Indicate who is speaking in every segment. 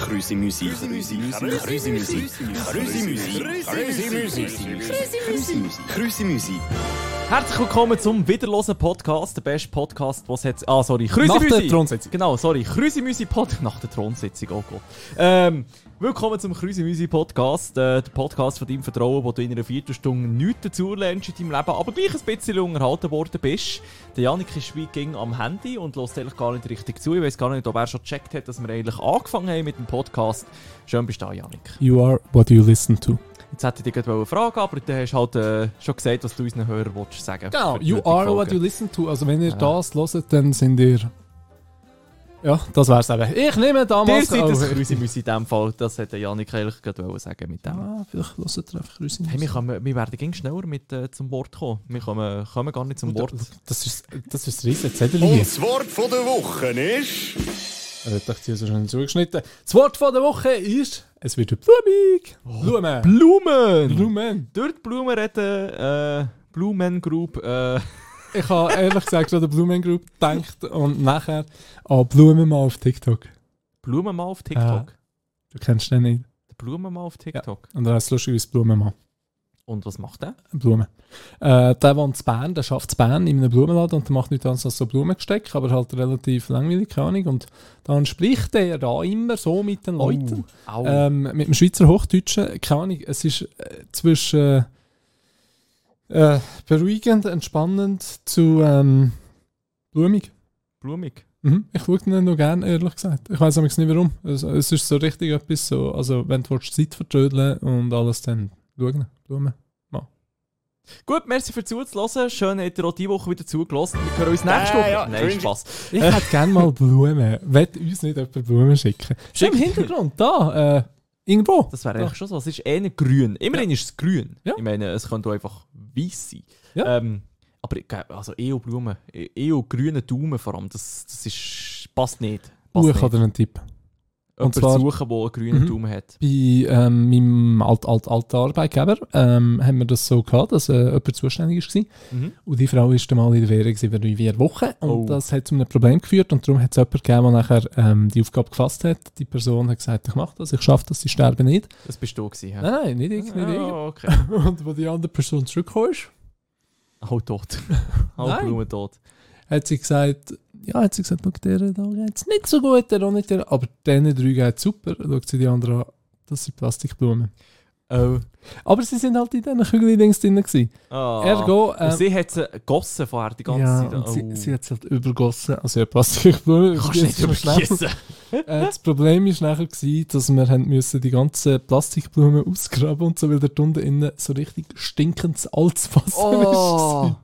Speaker 1: Gruzi muziek. Gruzi muziek. Gruzi muziek. Gruzi muziek. Gruzi muziek. Gruzi muziek. Gruzi muziek.
Speaker 2: Herzlich willkommen zum Wiederlosen Podcast, der beste Podcast, was jetzt. Ah, sorry,
Speaker 3: Nach der
Speaker 2: Krüsimüsi.
Speaker 3: Thronsitzung.
Speaker 2: Genau, sorry, Krüsimüsi Podcast. Nach der Thronsitzung, oh Gott. Ähm, willkommen zum Krüsimüsi Podcast, äh, der Podcast von deinem Vertrauen, wo du in einer Viertelstunde nichts dazu lernst in deinem Leben, aber gleich ein bisschen unterhalten worden bist. Der Janik ist wie ging am Handy und lässt eigentlich gar nicht richtig zu. Ich weiß gar nicht, ob er schon gecheckt hat, dass wir eigentlich angefangen haben mit dem Podcast. Schön bist du da, Janik.
Speaker 3: You are what you listen to.
Speaker 2: Jetzt hätte ich dich gerade eine Frage, aber du hast halt äh, schon gesagt, was du unseren Hörern willst sagen
Speaker 3: Genau,
Speaker 2: für die
Speaker 3: you
Speaker 2: heutige
Speaker 3: are
Speaker 2: Folge.
Speaker 3: what you listen to. Also wenn ihr
Speaker 2: Ja.
Speaker 3: das hört, dann sind ihr... Ja, das wär's eben. Ich nehme
Speaker 2: Ihr
Speaker 3: damals...
Speaker 2: seid
Speaker 3: auch-
Speaker 2: das Grüßimüsi in dem Fall. Das hätte Janik eigentlich gerade wollen sagen mit dem.
Speaker 3: Ah, vielleicht hört ihr einfach Grüße.
Speaker 2: Hey, wir, kommen, wir werden ging schneller mit äh, zum Wort kommen. Wir kommen, kommen gar nicht zum Wort. Oh.
Speaker 3: Das ist, das ist riesig. Zettel
Speaker 1: Und
Speaker 3: hier.
Speaker 1: das Wort von der Woche ist.
Speaker 3: Er hat euch hier so schön zugeschnitten. Das Wort von der Woche ist... Es wird blumig. Blumen.
Speaker 2: Oh, Blumen!
Speaker 3: Blumen.
Speaker 2: Durch die Blumen reden, äh, Blumen Group. Äh,
Speaker 3: Ich habe ehrlich gesagt an die Blumen Group gedacht und nachher an Blumen mal auf TikTok.
Speaker 2: Blumen mal auf
Speaker 1: Äh.
Speaker 2: TikTok.
Speaker 3: Du kennst den nicht.
Speaker 2: Blumen mal auf TikTok.
Speaker 3: Und er heißt lustigerweise Blumen mal.
Speaker 2: Und was macht der?
Speaker 3: Blumen. Äh, der wohnt in Bern, der arbeitet in Bern in einem Blumenladen und der macht nichts anderes als so Blumengesteck, aber halt relativ langweilig, keine Ahnung. Und dann spricht er da immer so mit
Speaker 1: Oh.
Speaker 3: den Leuten,
Speaker 2: Au.
Speaker 1: Äh.
Speaker 3: ähm, mit dem Schweizer Hochdeutschen, keine Ahnung, es ist äh, zwischen äh, äh, beruhigend, entspannend zu ähm, blumig.
Speaker 2: Blumig.
Speaker 3: Mhm. Ich schaue den noch gerne, ehrlich gesagt. Ich weiß nicht warum. Es, es ist so richtig etwas so, also wenn du willst, Zeit vertrödeln und alles, dann schauen, Blumen.
Speaker 2: Gut, merci für zuzuhören. Schön, habt ihr auch diese Woche wieder zugelassen. Wir hören uns nächste
Speaker 1: Äh,
Speaker 2: Woche.
Speaker 1: ja,
Speaker 2: Nein,
Speaker 1: cringe.
Speaker 2: Spaß.
Speaker 3: Ich hätte gerne mal Blumen. Wollt uns nicht jemand Blumen schicken? Schon im Hintergrund, da. Äh, irgendwo.
Speaker 2: Das wäre
Speaker 3: Ja.
Speaker 2: eigentlich schon so. Es ist eher grün. Immerhin ist es grün.
Speaker 3: Ja.
Speaker 2: Ich meine, es könnte auch einfach weiß sein.
Speaker 3: Ja.
Speaker 2: Ähm, aber ich glaub, also EU-Blumen, EU-grüne Daumen vor allem, das, das ist, passt nicht. Passt
Speaker 3: Oh, ich
Speaker 2: nicht.
Speaker 3: habe dir einen Tipp.
Speaker 2: Jemanden
Speaker 3: und zwar-
Speaker 2: suchen, der einen grünen
Speaker 3: Mhm.
Speaker 2: Daumen hat.
Speaker 3: Bei ähm, meinem alt, alt, alten Arbeitgeber ähm, haben wir das so gehabt, dass äh, jemand zuständig war.
Speaker 2: Mhm.
Speaker 3: Und die Frau ist dann mal in der Währung über drei, vier Wochen. Und
Speaker 2: Oh.
Speaker 3: das hat zu einem Problem geführt. Und darum hat es jemanden gegeben, der nachher ähm, die Aufgabe gefasst hat. Die Person hat gesagt, ich mache das, ich schaffe das, ich sterbe nicht.
Speaker 2: Das bist du gewesen, ja?
Speaker 3: Nein, nein, nicht ich, nicht
Speaker 2: Ah, okay.
Speaker 3: ich. Und wo die andere Person zurückgekommen ist,
Speaker 2: Auch tot. Auch
Speaker 3: Nein.
Speaker 2: Blumen tot.
Speaker 3: hat sie gesagt, ja, hat sie gesagt, schau, der da geht es nicht so gut, der auch nicht, der, aber denen drei geht es super. Schaut sie die anderen an, das sind Plastikblumen.
Speaker 2: Oh.
Speaker 3: Aber sie sind halt in diesen Kügelidings drin. gewesen.
Speaker 2: Ah.
Speaker 3: Ergo,
Speaker 2: Und
Speaker 3: ähm,
Speaker 2: sie hat sie gegossen vorher die ganze
Speaker 3: ja,
Speaker 2: Zeit.
Speaker 3: und sie,
Speaker 2: Oh.
Speaker 3: sie hat es halt übergossen, also ja, Plastikblumen.
Speaker 2: Kannst du nicht
Speaker 3: übergießen ist schon schlecht.
Speaker 2: übergießen.
Speaker 3: Äh, das Problem war nachher, gewesen, dass wir haben müssen die ganzen Plastikblumen ausgraben und so, weil dort unten innen so richtig stinkendes altes Wasser
Speaker 2: Oh.
Speaker 3: ist.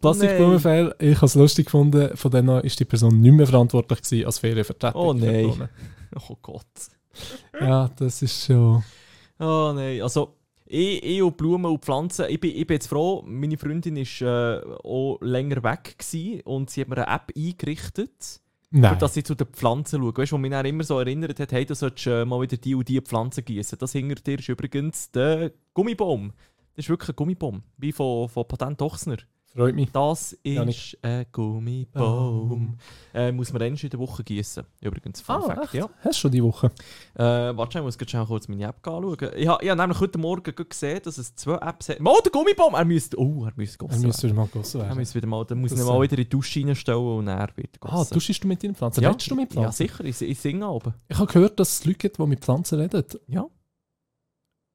Speaker 3: Plastikblumenfair, ich habe es lustig gefunden, von dann an ist die Person nicht mehr verantwortlich gewesen als Ferienvertretung.
Speaker 2: Oh nein.
Speaker 3: für die Blumen.
Speaker 2: oh Gott.
Speaker 3: Ja, das ist schon...
Speaker 2: Oh nein, also ich, ich und Blumen und Pflanzen, ich bin, ich bin jetzt froh, meine Freundin war äh, auch länger weg gewesen und sie hat mir eine App eingerichtet,
Speaker 3: Nein.
Speaker 2: für dass ich zu den Pflanzen schaue. Weißt du, wo mich dann immer so erinnert hat, hey, du solltest äh, mal wieder die und die Pflanze gießen. Das hinter dir ist übrigens der Gummibaum. Das ist wirklich ein Gummibaum, wie von, von Patent Ochsner.
Speaker 3: freut mich.
Speaker 2: Das ist
Speaker 3: Janik.
Speaker 2: ein Gummibaum. Äh, muss man erst in der Woche gießen. Übrigens, Fun
Speaker 3: Ah,
Speaker 2: Fact,
Speaker 3: echt?
Speaker 2: ja.
Speaker 3: Hast du schon die Woche?
Speaker 2: Äh, warte, ich muss jetzt schnell kurz meine App anschauen. Ich habe ich hab nämlich heute Morgen gerade gesehen, dass es zwei Apps hat. Oh, der Gummibaum! Er müsste. Oh, er müsste
Speaker 3: Dann
Speaker 2: gossen.
Speaker 3: müsstest du mal gegossen
Speaker 2: Er
Speaker 3: werden.
Speaker 2: müsste wieder mal. Dann muss ich
Speaker 3: Das,
Speaker 2: ihn mal
Speaker 3: äh,
Speaker 2: wieder in die Dusche reinstellen und er wird
Speaker 3: Ah,
Speaker 2: gossen.
Speaker 3: duschst du mit deinen Pflanzen?
Speaker 2: ja,
Speaker 3: Redest du mit
Speaker 2: Ja,
Speaker 3: Pflanzen?
Speaker 2: sicher. Ich, ich singe oben.
Speaker 3: ich habe gehört, dass es Leute gibt, die mit Pflanzen reden.
Speaker 2: Ja.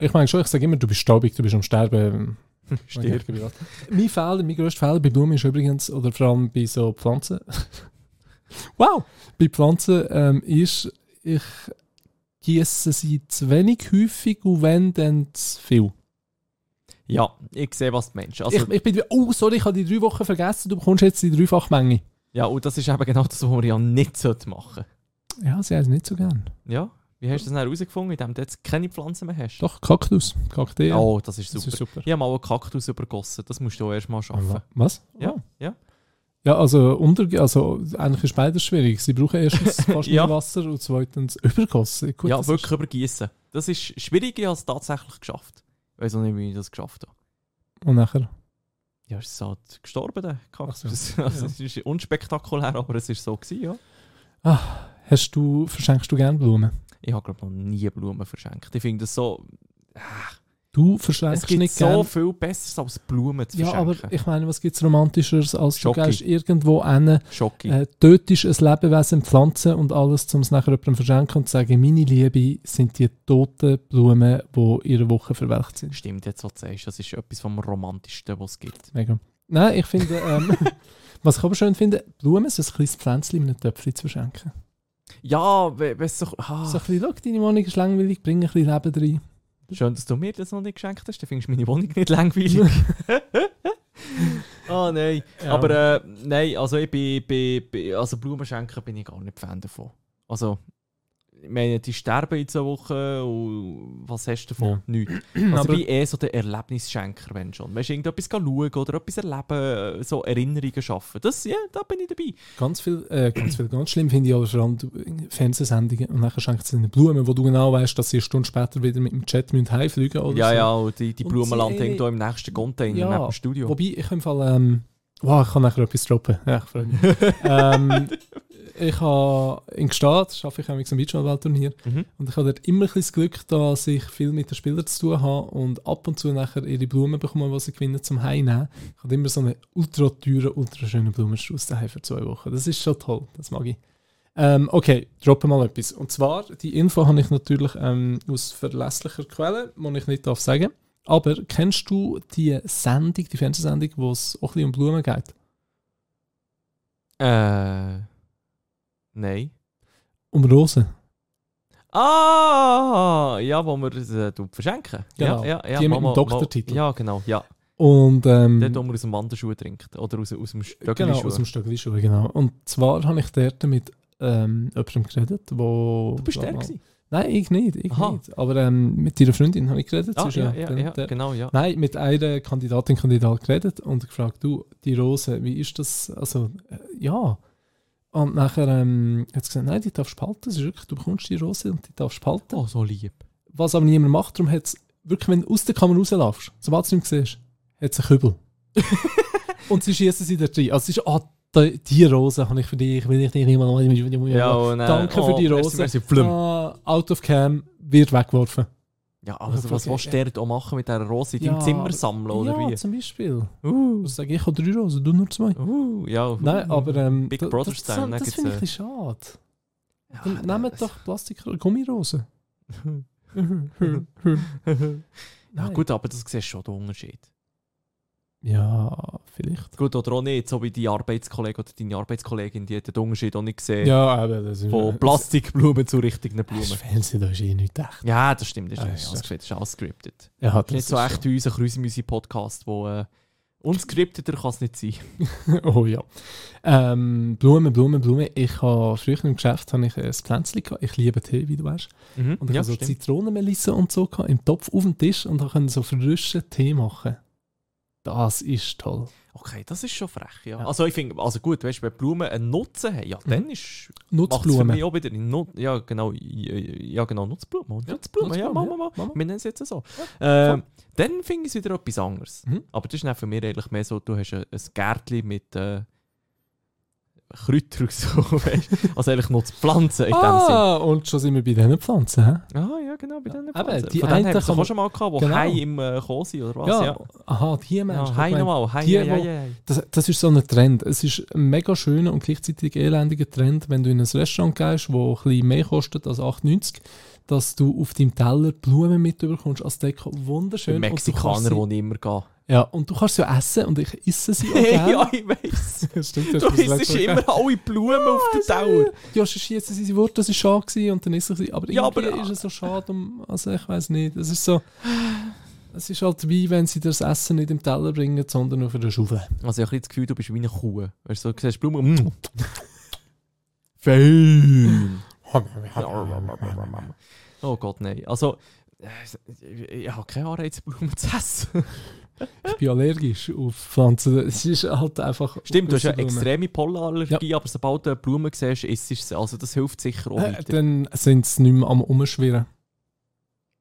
Speaker 3: Ich meine schon, ich sage immer, du bist staubig, du bist am Sterben.
Speaker 2: Stirb.
Speaker 3: mein Fehler, mein grösster Fehler bei Blumen ist übrigens, oder vor allem bei so Pflanzen. wow! Bei Pflanzen ähm, ist, ich gieße sie zu wenig häufig und wenn, dann zu viel.
Speaker 2: Ja, ich sehe, was du meinst. Also,
Speaker 3: ich, ich bin wie, oh, sorry, ich habe die drei Wochen vergessen, du bekommst jetzt die dreifache Menge.
Speaker 2: ja, und das ist eben genau das, was man ja nicht sollte machen
Speaker 3: Ja, sie haben es nicht so gern.
Speaker 2: Ja? Wie hast du das dann herausgefunden, indem du jetzt keine Pflanzen mehr hast?
Speaker 3: Doch, Kaktus. Kakteen.
Speaker 2: Oh, das ist
Speaker 3: das
Speaker 2: super.
Speaker 3: ist super. Ah,
Speaker 2: Ich habe mal einen Kaktus übergossen. Das musst du auch erst mal schaffen.
Speaker 3: Was?
Speaker 2: Ja, ja.
Speaker 3: Ja, also, unter, also eigentlich ist beides schwierig. Sie brauchen erstens fast
Speaker 2: Ja.
Speaker 3: mehr Wasser und zweitens Übergossen. Gut,
Speaker 2: ja,
Speaker 3: das
Speaker 2: wirklich übergießen. Das ist schwierig, ich habe es tatsächlich geschafft. Ich weiß auch nicht, wie ich das geschafft habe.
Speaker 3: Ist, und nachher.
Speaker 2: Ja, es ist halt gestorben, der Kaktus.
Speaker 3: Ach
Speaker 2: Also, Es ist unspektakulär, aber es war so, gewesen, ja.
Speaker 3: Hast du, verschenkst du gerne Blumen?
Speaker 2: Ich habe, glaube noch nie Blumen verschenkt. Ich finde das so...
Speaker 3: Du
Speaker 2: Es
Speaker 3: verschenkst
Speaker 2: gibt
Speaker 3: nicht
Speaker 2: so
Speaker 3: gern.
Speaker 2: viel Besseres als Blumen zu
Speaker 3: Ja, aber
Speaker 2: verschenken.
Speaker 3: ich meine, was gibt es Romantischeres, als
Speaker 2: Schocki.
Speaker 3: du gehst irgendwo hin,
Speaker 2: Schocki.
Speaker 3: äh, tötest ein Lebewesen, Pflanzen und alles, um es nachher jemandem verschenken und zu sagen, meine Liebe sind die toten Blumen, die in einer Woche verwelkt sind.
Speaker 2: Stimmt, jetzt was du sagst, das ist etwas vom Romantischsten, was es gibt.
Speaker 3: Mega. Nein, ich finde, ähm, was ich aber schön finde, Blumen, so ein kleines Pflänzchen in einem Töpfchen zu verschenken.
Speaker 2: Ja, we- weißt du... Ah,
Speaker 3: So ein bisschen, schau, deine Wohnung ist langweilig, bring ein bisschen Leben rein.
Speaker 2: Schön, dass du mir das noch nicht geschenkt hast, dann findest du meine Wohnung nicht langweilig. Ah nein. Aber äh, nein, also ich bin, bin, bin also Blumen schenken bin ich gar nicht Fan davon. Also, ich meine, die sterben in so Woche und was hast du davon?
Speaker 3: Ja.
Speaker 2: Nichts. Also
Speaker 3: Aber-
Speaker 2: ich bin eh so der Erlebnisschenker, wenn schon. Weißt du, irgendetwas gehen schauen oder etwas erleben, äh, so Erinnerungen schaffen. Das, ja, da bin ich dabei.
Speaker 3: Ganz viel, äh, ganz viel, ganz schlimm finde ich aber vor allem du- Fernsehsendungen und nachher schenkt sie eine Blume, wo du genau weißt, dass sie eine Stunde später wieder mit dem Chat müssen heimfliegen oder
Speaker 2: ja,
Speaker 3: so.
Speaker 2: ja, Also und die, die
Speaker 3: Und
Speaker 2: Blumen
Speaker 3: sie-
Speaker 2: landen irgendwo im nächsten Container
Speaker 3: Ja.
Speaker 2: neben dem Studio.
Speaker 3: Wobei, ich im Fall, ähm, wow, ich kann nachher etwas droppen. Ja, ich freue mich. ähm, ich habe in Gstaad, arbeite ich am Beachvolleyballturnier
Speaker 2: Mhm.
Speaker 3: und ich habe dort immer ein bisschen das Glück, dass ich viel mit den Spielern zu tun habe und ab und zu nachher ihre Blumen bekomme, die sie gewinnen, zum Heimnehmen. Ich habe immer so einen ultra teuren, ultra schönen Blumenstrauß daheim für zwei Wochen. Das ist schon toll, das mag ich. Ähm, okay, droppe mal etwas. Und zwar, die Info habe ich natürlich ähm, aus verlässlicher Quelle, die ich nicht darf sagen. Aber kennst du die Sendung, die Fernsehsendung, wo es auch ein bisschen um Blumen geht?
Speaker 2: Äh. Nein.
Speaker 3: Um Rosen?
Speaker 2: Ah, ja, wo wir es äh, tun verschenken.
Speaker 3: Genau,
Speaker 2: Ja, ja, ja,
Speaker 3: die mit
Speaker 2: wo
Speaker 3: dem
Speaker 2: man- wo-
Speaker 3: Doktortitel.
Speaker 2: Ja, genau, ja.
Speaker 3: Und ähm,
Speaker 2: Dort, wo man aus dem Wanderschuh trinkt. Oder aus, aus dem Stöckelschuh.
Speaker 3: genau, aus dem Stöcklischuh, genau. Und zwar habe ich dort mit ähm, jemandem geredet, wo...
Speaker 2: Du bist der gewesen.
Speaker 3: Nein, ich nicht, ich
Speaker 2: Aha.
Speaker 3: nicht. Aber ähm, mit ihrer Freundin habe ich geredet. sie
Speaker 2: Ah,
Speaker 3: ist
Speaker 2: ja, ja,
Speaker 3: dann
Speaker 2: ja,
Speaker 3: der-
Speaker 2: genau, ja.
Speaker 3: Nein, mit einer Kandidatin Kandidat geredet und gefragt, du, die Rose, wie ist das? Also, äh, ja. Und nachher ähm, hat sie gesagt, nein, die darfst du behalten. Das ist wirklich, du bekommst die Rose und die darfst du behalten.
Speaker 2: Oh, so lieb.
Speaker 3: Was aber niemand macht, darum hat es wirklich, wenn du aus der Kamera rauslaufst, sobald du nicht mehr siehst, hat es einen Kübel. und sie schießen sie da rein. Also, es ist, ah, die, die Rose habe ich für dich, will ich dich nicht mal.
Speaker 2: und, äh,
Speaker 3: Danke für die
Speaker 2: merci,
Speaker 3: Rose.
Speaker 2: merci, flüm.
Speaker 3: Ah, out of cam, wird weggeworfen.
Speaker 2: Ja, aber also, was
Speaker 3: Okay,
Speaker 2: willst du dort auch machen mit dieser Rose in deinem
Speaker 3: Ja,
Speaker 2: Zimmer
Speaker 3: aber-
Speaker 2: sammeln, oder
Speaker 3: ja,
Speaker 2: wie?
Speaker 3: zum Beispiel.
Speaker 2: Uh,
Speaker 3: Ich sage, ich habe drei Rosen, du nur zwei.
Speaker 2: uh, ja.
Speaker 3: Nein, aber ähm,
Speaker 2: Big
Speaker 3: da-
Speaker 2: Brother
Speaker 3: das,
Speaker 2: Style,
Speaker 3: das,
Speaker 2: ne,
Speaker 3: das
Speaker 2: gibt's,
Speaker 3: finde ich
Speaker 2: äh,
Speaker 3: ein bisschen schade.
Speaker 2: ja,
Speaker 3: Dann nehmt doch Plastik Gummirosen.
Speaker 2: Ja, gut, aber das siehst schon den Unterschied.
Speaker 3: Ja, vielleicht.
Speaker 2: Gut, oder auch nicht, so wie die Arbeitskollegen oder deine Arbeitskollegin, die hat den Unterschied auch nicht gesehen.
Speaker 3: Ja, aber das ist
Speaker 2: Von Plastikblumen zu richtigen
Speaker 3: Das
Speaker 2: Blumen.
Speaker 3: Fernsehen, da ist eh nicht echt.
Speaker 2: Ja, das stimmt. Das ist,
Speaker 3: Ja,
Speaker 2: ja,
Speaker 3: ist
Speaker 2: alles, das ist alles scripted.
Speaker 3: Ja, das
Speaker 2: nicht so
Speaker 3: ist
Speaker 2: echt wie unser Krüsemüsi-Podcast, wo äh, unscripteter kann es nicht sein.
Speaker 3: schon- Oh ja. Ähm, Blumen, Blumen, Blumen. Ich habe früher im Geschäft habe ich ein Pflänzchen gehabt. Ich liebe Tee, wie du weißt. Und ich
Speaker 2: Mhm. ja,
Speaker 3: habe so
Speaker 2: stimmt.
Speaker 3: Zitronenmelisse und so gehabt, im Topf auf dem Tisch und da können so frischen Tee machen. Das ist toll.
Speaker 2: Okay, das ist schon frech, ja.
Speaker 3: Ja.
Speaker 2: Also ich finde, also gut, weißt du, wenn Blumen einen Nutzen haben, ja, dann ist macht's für
Speaker 3: Nutzblumen.
Speaker 2: mich auch wieder Nut, ja genau, ja, ja genau Nutzblumen, und Nutzblumen, ja,
Speaker 3: Nutzblumen,
Speaker 2: Mama, Mama,
Speaker 3: ja, Mama.
Speaker 2: wir nennen es jetzt so. ähm, dann finde ich es wieder etwas anderes.
Speaker 3: Mhm.
Speaker 2: Aber das ist dann für mich eigentlich mehr so, du hast ein, ein Gärtchen mit äh, Kräutern und so, weißt du? also eigentlich nur Pflanzen in dem Sinne.
Speaker 3: ah, und schon sind wir bei diesen Pflanzen. Hä?
Speaker 2: Ah, ja, genau, bei diesen
Speaker 3: Ja, eben,
Speaker 2: Pflanzen.
Speaker 3: die
Speaker 2: Von denen
Speaker 3: einen
Speaker 2: haben wir es
Speaker 3: kann
Speaker 2: auch
Speaker 3: man-
Speaker 2: schon mal gehabt, wo
Speaker 3: Genau.
Speaker 2: Hai im äh, Chor sind oder was, ja. ja.
Speaker 3: aha, die Menschen.
Speaker 2: Hai
Speaker 3: Ich meine,
Speaker 2: nochmal, Hai,
Speaker 3: die,
Speaker 2: ja, ja,
Speaker 3: wo-
Speaker 2: ja. ja.
Speaker 3: Das, das ist so ein Trend. Es ist ein mega schöner und gleichzeitig elendiger Trend, wenn du in ein Restaurant gehst, wo ein bisschen mehr kostet als 8,90, dass du auf deinem Teller Blumen mitbekommst als Deko. Wunderschön. Und
Speaker 2: Schön,
Speaker 3: du kannst
Speaker 2: Mexikaner,
Speaker 3: sie-
Speaker 2: wo ich immer gehe.
Speaker 3: Ja, und du kannst sie ja essen und ich esse sie auch gerne.
Speaker 2: ja, ich weiss.
Speaker 3: Stimmt,
Speaker 2: Du
Speaker 3: hast mir das letzte
Speaker 2: isst
Speaker 3: Mal
Speaker 2: immer alle Blumen auf der
Speaker 3: gesagt.
Speaker 2: Dauer.
Speaker 3: Ja, sonst essen sie sie Wort, das ist schade gewesen und dann ist sie. Aber
Speaker 2: Ja,
Speaker 3: irgendwie
Speaker 2: aber-
Speaker 3: ist es so schade, um, also ich weiß nicht. Es ist so. Es ist halt wie wenn sie das Essen nicht im Teller bringen, sondern auf einer Schaufel.
Speaker 2: Also ich habe das Gefühl, du bist wie eine Kuh. Weißt du, du siehst Blumen. mm. Fein. oh Gott, nein. Also, äh, ich, ich habe keine Anreiz, Blumen zu essen.
Speaker 3: Ich bin allergisch auf Pflanzen. Es ist halt einfach.
Speaker 2: Stimmt, du hast ja
Speaker 3: Blumen.
Speaker 2: extreme Pollenallergie, aber sobald du Blumen siehst, isst du sie. Also das hilft sicher auch
Speaker 3: Äh,
Speaker 2: weiter.
Speaker 3: dann sind sie nicht mehr am Umschwirren.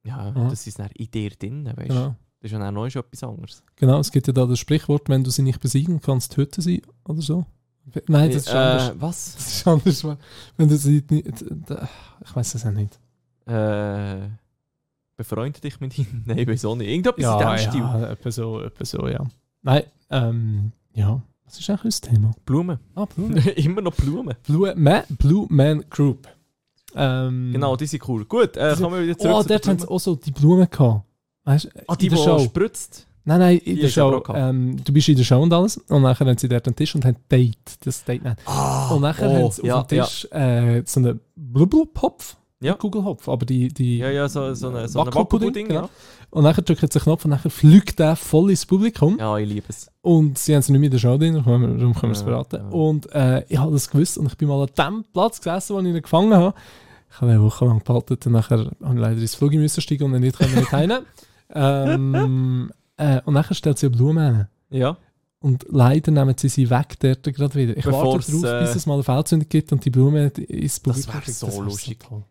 Speaker 2: Ja,
Speaker 3: Mhm.
Speaker 2: das ist dann in dir drin, weißt du.
Speaker 3: Genau.
Speaker 2: Das ist ja dann noch schon etwas anderes.
Speaker 3: genau, es gibt ja da das Sprichwort, wenn du sie nicht besiegen kannst, töte sie oder so. Nein, das ist
Speaker 2: äh,
Speaker 3: anders.
Speaker 2: Was?
Speaker 3: Das ist anders, wenn- wenn du sie nicht. Ich weiß es auch nicht.
Speaker 2: Äh, befreunde dich mit ihnen? Nein, wieso nicht? Irgendetwas in diesem Stil.
Speaker 3: ja, etwa so, etwa so, ja. Nein, ähm, ja. Was ist eigentlich unser Thema?
Speaker 2: Blumen.
Speaker 3: Ah, Blue,
Speaker 2: Immer noch Blumen.
Speaker 3: Blue, Man, Blue Man Group. Ähm,
Speaker 2: Genau, die sind cool. Gut, äh,
Speaker 3: Die-
Speaker 2: kommen wir wieder zurück.
Speaker 3: Oh,
Speaker 2: zu den
Speaker 3: dort haben sie
Speaker 2: Blumen.
Speaker 3: auch so die Blumen gehabt. Weißt du,
Speaker 2: Ah, die,
Speaker 3: in der
Speaker 2: die
Speaker 3: Show.
Speaker 2: spritzt.
Speaker 3: Nein, nein, in
Speaker 2: Die
Speaker 3: der
Speaker 2: hast du aber
Speaker 3: Show.
Speaker 2: auch gehabt.
Speaker 3: Ähm, du bist in der Show und alles. Und nachher haben sie dort einen Tisch und haben Date. Das Date nicht.
Speaker 2: Ah,
Speaker 3: Und nachher
Speaker 2: oh,
Speaker 3: haben sie auf
Speaker 2: ja,
Speaker 3: dem Tisch äh, so einen Blubblub-Hopf.
Speaker 2: Ja.
Speaker 3: Kugelhopf. Aber die, die
Speaker 2: Ja, ja, so, so eine, so eine
Speaker 3: Wackelpudding,
Speaker 2: Wackelpudding,
Speaker 3: genau. Und nachher drückt sie einen Knopf und nachher fliegt der voll ins Publikum.
Speaker 2: Ja. ja, ich liebe es.
Speaker 3: Und sie haben es nicht mehr in der Show drin, darum können wir- darum können wir es
Speaker 2: Ja,
Speaker 3: verraten.
Speaker 2: ja.
Speaker 3: Und äh, ich habe das gewusst und ich bin mal an dem Platz gesessen, wo ich ihn gefangen habe. Ich habe eine Woche lang gewartet und nachher habe ich leider ins Flug müssen steigen und dann nicht können wir nicht heim. ähm, äh, und nachher stellt sie eine Blume hin.
Speaker 2: Ja.
Speaker 3: Und leider nehmen sie sie weg dort gerade wieder. Ich
Speaker 2: Bevor
Speaker 3: warte
Speaker 2: es,
Speaker 3: darauf,
Speaker 2: äh,
Speaker 3: bis es mal eine Feldzündung gibt und die Blume ins
Speaker 2: Das
Speaker 3: Publikum
Speaker 2: wär
Speaker 3: fliegt.
Speaker 2: so
Speaker 3: wär
Speaker 2: lustig.
Speaker 3: toll.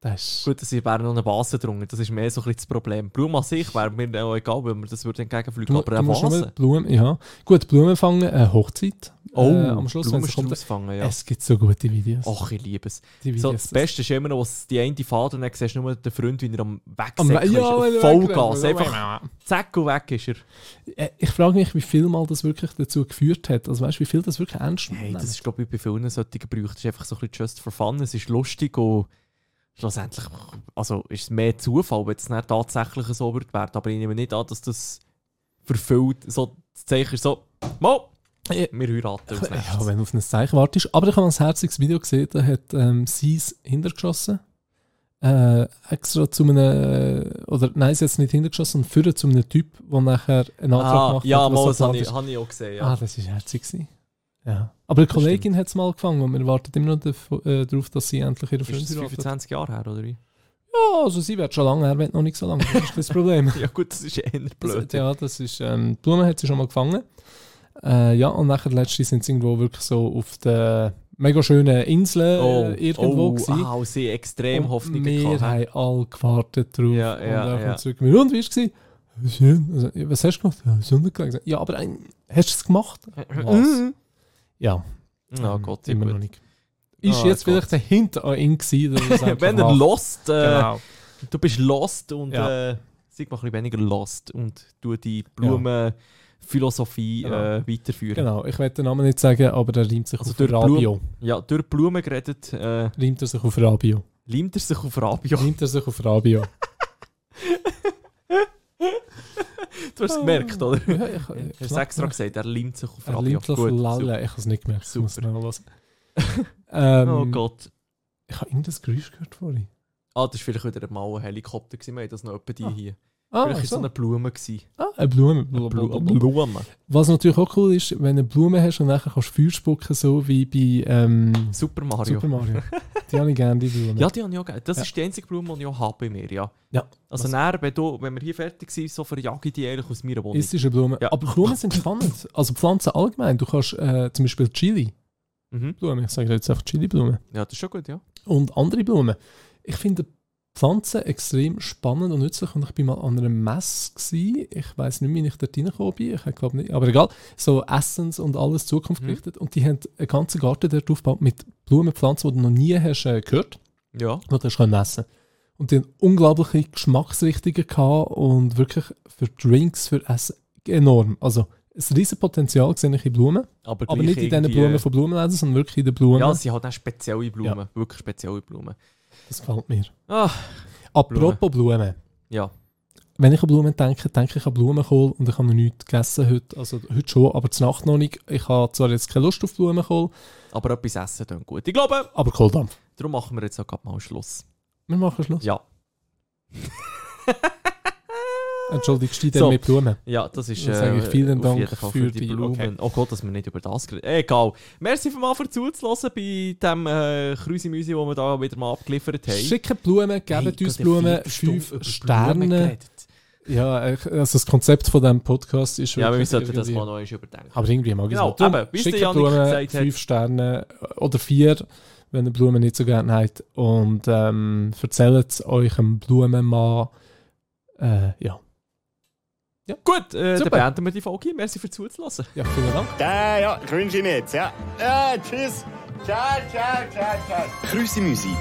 Speaker 3: Das ist
Speaker 2: Gut, dass ich Bern noch eine Vase drunter. Das ist mehr so ein bisschen das Problem. Blumen an sich wäre mir auch egal, wenn wir das würde entgegenfliegen.
Speaker 3: Du,
Speaker 2: Aber
Speaker 3: du
Speaker 2: eine
Speaker 3: musst nur
Speaker 2: Vase.
Speaker 3: Blumen, ja. Gut, Blumen fangen, äh, Hochzeit.
Speaker 2: Oh,
Speaker 3: äh, am Schluss, wenn
Speaker 2: Blumen
Speaker 3: es kommt.
Speaker 2: rausfangen, ja.
Speaker 3: Es gibt so gute Videos.
Speaker 2: Ach, ich liebe es.
Speaker 3: die Videos.
Speaker 2: So, das Beste ist immer noch, was die eine Faden dann siehst du nur den Freund, wie er am
Speaker 3: Am-
Speaker 2: Wegsäckeln ist.
Speaker 3: wenn
Speaker 2: Auf
Speaker 3: du
Speaker 2: Vollgas.
Speaker 3: wegläufst.
Speaker 2: Einfach zack und weg ist er.
Speaker 3: Äh, Ich frage mich, wie viel mal das wirklich dazu geführt hat. Also weißt du, wie viel das wirklich ernst
Speaker 2: Hey,
Speaker 3: nimmt?
Speaker 2: das ist, glaube ich, bei vielen solchen Brüchen. Das ist einfach so ein bisschen just for fun. Es ist lustig und schlussendlich also ist es mehr Zufall, wenn es nicht tatsächlich so wird. Aber ich nehme nicht an, dass das verfüllt. So, das Zeichen ist so, Mo,
Speaker 3: Ja.
Speaker 2: wir heiraten als
Speaker 3: ja,
Speaker 2: nächstes.
Speaker 3: wenn du auf ein Zeichen wartest. Aber ich habe ein herziges Video gesehen, da hat ähm, sie es hintergeschossen. Äh, extra zu einem, äh, oder nein, sie hat es nicht hintergeschossen, sondern führen zu einem Typ, der nachher einen Antrag
Speaker 2: ah,
Speaker 3: macht.
Speaker 2: ja,
Speaker 3: was
Speaker 2: Mo, das
Speaker 3: so
Speaker 2: habe ich,
Speaker 3: ist.
Speaker 2: hab ich auch gesehen. Ja.
Speaker 3: Ah, das war herzig. gewesen. Ja. Aber die
Speaker 2: Das
Speaker 3: Kollegin hat es mal gefangen und wir warten immer noch daf- äh, darauf, dass sie endlich ihre Freundin
Speaker 2: ist das
Speaker 3: heiratet.
Speaker 2: 25 Jahre her, oder wie?
Speaker 3: Ja, also sie wird schon lange, er wird noch nicht so lange. Das ist das Problem.
Speaker 2: Ja gut, das ist eher blöd.
Speaker 3: Das, ja, das ist, ähm, die Blumen hat sie schon mal gefangen. Äh, ja, und nachher letztens sind sie irgendwo wirklich so auf der mega schönen Insel
Speaker 2: Oh,
Speaker 3: äh, irgendwo
Speaker 2: oh,
Speaker 3: gewesen.
Speaker 2: ah, sie extrem
Speaker 3: Und
Speaker 2: Hoffnungen
Speaker 3: Wir
Speaker 2: gehabt.
Speaker 3: haben alle gewartet drauf.
Speaker 2: Ja, ja,
Speaker 3: und er kommt
Speaker 2: ja.
Speaker 3: zurück. mit, Und wie war es? gewesen?» Schön. Also, «Ja, Was hast du gemacht? Ja, Sonne gelegt. Ja, aber ein, hast du es gemacht?
Speaker 2: Mm.
Speaker 3: Was? Ja,
Speaker 2: Ja,
Speaker 3: ähm,
Speaker 2: Ah, Gott, ja,
Speaker 3: immer
Speaker 2: gut.
Speaker 3: noch nicht. Ist
Speaker 2: Ah,
Speaker 3: jetzt
Speaker 2: Gott.
Speaker 3: vielleicht ein Hint an ihn gewesen, dass er es einfach
Speaker 2: Wenn er
Speaker 3: macht.
Speaker 2: lost, äh,
Speaker 3: Genau.
Speaker 2: du bist lost und
Speaker 3: Ja.
Speaker 2: äh, sei mal ein bisschen weniger lost und du die Blumenphilosophie
Speaker 3: Genau.
Speaker 2: äh, weiterführen.
Speaker 3: genau, ich werde den Namen nicht sagen, aber er reimt sich
Speaker 2: Also
Speaker 3: auf
Speaker 2: durch
Speaker 3: Rabio.
Speaker 2: Ja, durch Blumen geredet, äh,
Speaker 3: Reimt er sich auf Rabio.
Speaker 2: limt er sich auf Rabio.
Speaker 3: Nimmt er sich auf Rabio.
Speaker 2: Du
Speaker 3: Oh.
Speaker 2: hast es gemerkt, oder?
Speaker 3: ja, ich,
Speaker 2: Ich habe extra gesagt, er limt sich auf
Speaker 3: Er
Speaker 2: Rabio.
Speaker 3: liebt sich
Speaker 2: Gut,
Speaker 3: Lalle. Ich habe es nicht gemerkt. Ich muss
Speaker 2: Super.
Speaker 3: noch mal hören.
Speaker 2: super.
Speaker 3: ähm,
Speaker 2: Oh Gott.
Speaker 3: Ich habe irgendein Geräusch gehört vorhin.
Speaker 2: Ah, das war vielleicht wieder mal ein Helikopter. Gewesen. Wir haben das noch etwa die
Speaker 3: Ah.
Speaker 2: hier.
Speaker 3: Ah,
Speaker 2: vielleicht war es so eine Blume. Gewesen.
Speaker 3: ah, eine Blume.
Speaker 2: Eine Blu-
Speaker 3: Blablabla.
Speaker 2: Blume.
Speaker 3: Was natürlich auch cool ist, wenn du eine Blume hast und nachher kannst du Feuer spucken, so wie bei ähm,
Speaker 2: Super Mario.
Speaker 3: Super Mario. die habe ich gerne, die Blume.
Speaker 2: Ja, die habe ich auch gerne. Das
Speaker 3: Ja.
Speaker 2: ist die einzige Blume, die ich auch habe bei mir, ja.
Speaker 3: Ja.
Speaker 2: Also
Speaker 3: Was-
Speaker 2: näher, wenn, du, wenn wir hier fertig sind, so verjage ich die eigentlich aus meiner Wohnung.
Speaker 3: Es ist eine Blume.
Speaker 2: Ja.
Speaker 3: Aber Blumen sind spannend. Also Pflanzen allgemein. Du kannst äh, zum Beispiel Chili-Blume.
Speaker 2: Mhm.
Speaker 3: Ich sage jetzt einfach Chili-Blume.
Speaker 2: Ja, das ist schon gut, ja.
Speaker 3: und andere Blumen. Ich finde Pflanzen extrem spannend und nützlich und ich bin mal an einer Messe gsi. Ich weiß nicht, mehr, wie ich dort reingekommen bin. Ich glaube nicht, aber egal. So Essens und alles Zukunft
Speaker 2: Mhm.
Speaker 3: gerichtet und die haben einen ganzen Garten dort aufgebaut mit Blumenpflanzen, die du noch nie hast äh, gehört,
Speaker 2: Ja.
Speaker 3: die du hast können essen. Und die haben unglaubliche Geschmacksrichtungen gehabt und wirklich für Drinks, für Essen enorm. Also ein riesen Potenzial sehe ich in Blumen,
Speaker 2: Aber,
Speaker 3: aber
Speaker 2: gleich
Speaker 3: nicht in diesen
Speaker 2: irgendwie- äh,
Speaker 3: Blumen von Blumenläden, sondern wirklich in den Blumen.
Speaker 2: Ja, sie hat auch spezielle Blumen. Wirklich spezielle Blumen.
Speaker 3: das gefällt mir.
Speaker 2: Ah,
Speaker 3: Apropos Blumen.
Speaker 2: ja.
Speaker 3: wenn ich an Blumen denke, denke ich an Blumenkohl und ich habe noch nichts gegessen heute. Also heute schon, aber zur Nacht noch nicht. Ich habe zwar jetzt keine Lust auf Blumenkohl,
Speaker 2: Aber etwas essen tun gut. Ich glaube,
Speaker 3: aber Kohldampf.
Speaker 2: darum machen wir jetzt auch gerade mal Schluss.
Speaker 3: Wir machen Schluss.
Speaker 2: Ja.
Speaker 3: Entschuldigst du denn
Speaker 2: So.
Speaker 3: mit Blumen?
Speaker 2: Ja, das ist. äh,
Speaker 3: Dann sage ich vielen
Speaker 2: auf
Speaker 3: Dank
Speaker 2: jeden Fall
Speaker 3: für die- okay.
Speaker 2: Oh Gott, dass wir nicht über das geredet Egal. Merci für mal für zuzulassen bei dem äh, Krüsi-Müsi, den wir da wieder mal abgeliefert haben.
Speaker 3: Schicke Blumen,
Speaker 2: Hey,
Speaker 3: gebt uns
Speaker 2: gerade
Speaker 3: Blumen,
Speaker 2: vier Stunden über
Speaker 3: fünf
Speaker 2: Blumen
Speaker 3: Sterne.
Speaker 2: geredet.
Speaker 3: Ja, ich- also das Konzept von diesem Podcast ist
Speaker 2: Ja, aber wir
Speaker 3: wirklich
Speaker 2: sollten das
Speaker 3: irgendwie-
Speaker 2: mal noch einmal überdenken.
Speaker 3: Aber irgendwie mag ich
Speaker 2: Genau,
Speaker 3: es nicht. Darum,
Speaker 2: eben, wie es der
Speaker 3: schickt
Speaker 2: Janik
Speaker 3: Blumen,
Speaker 2: gesagt hat.
Speaker 3: fünf Sterne äh, oder vier, wenn ihr Blumen nicht so gerne habt. Und ähm, erzählt es eurem Blumenmann. Äh, ja.
Speaker 2: Gut, äh, dann
Speaker 3: Super.
Speaker 2: beenden wir die Folge. Merci für zuzulassen.
Speaker 3: ja, vielen Dank.
Speaker 1: Ja, ja, ich wünsche Ihnen jetzt, ja. Ja, tschüss. Ciao, ciao, ciao, ciao. Grüße Musik.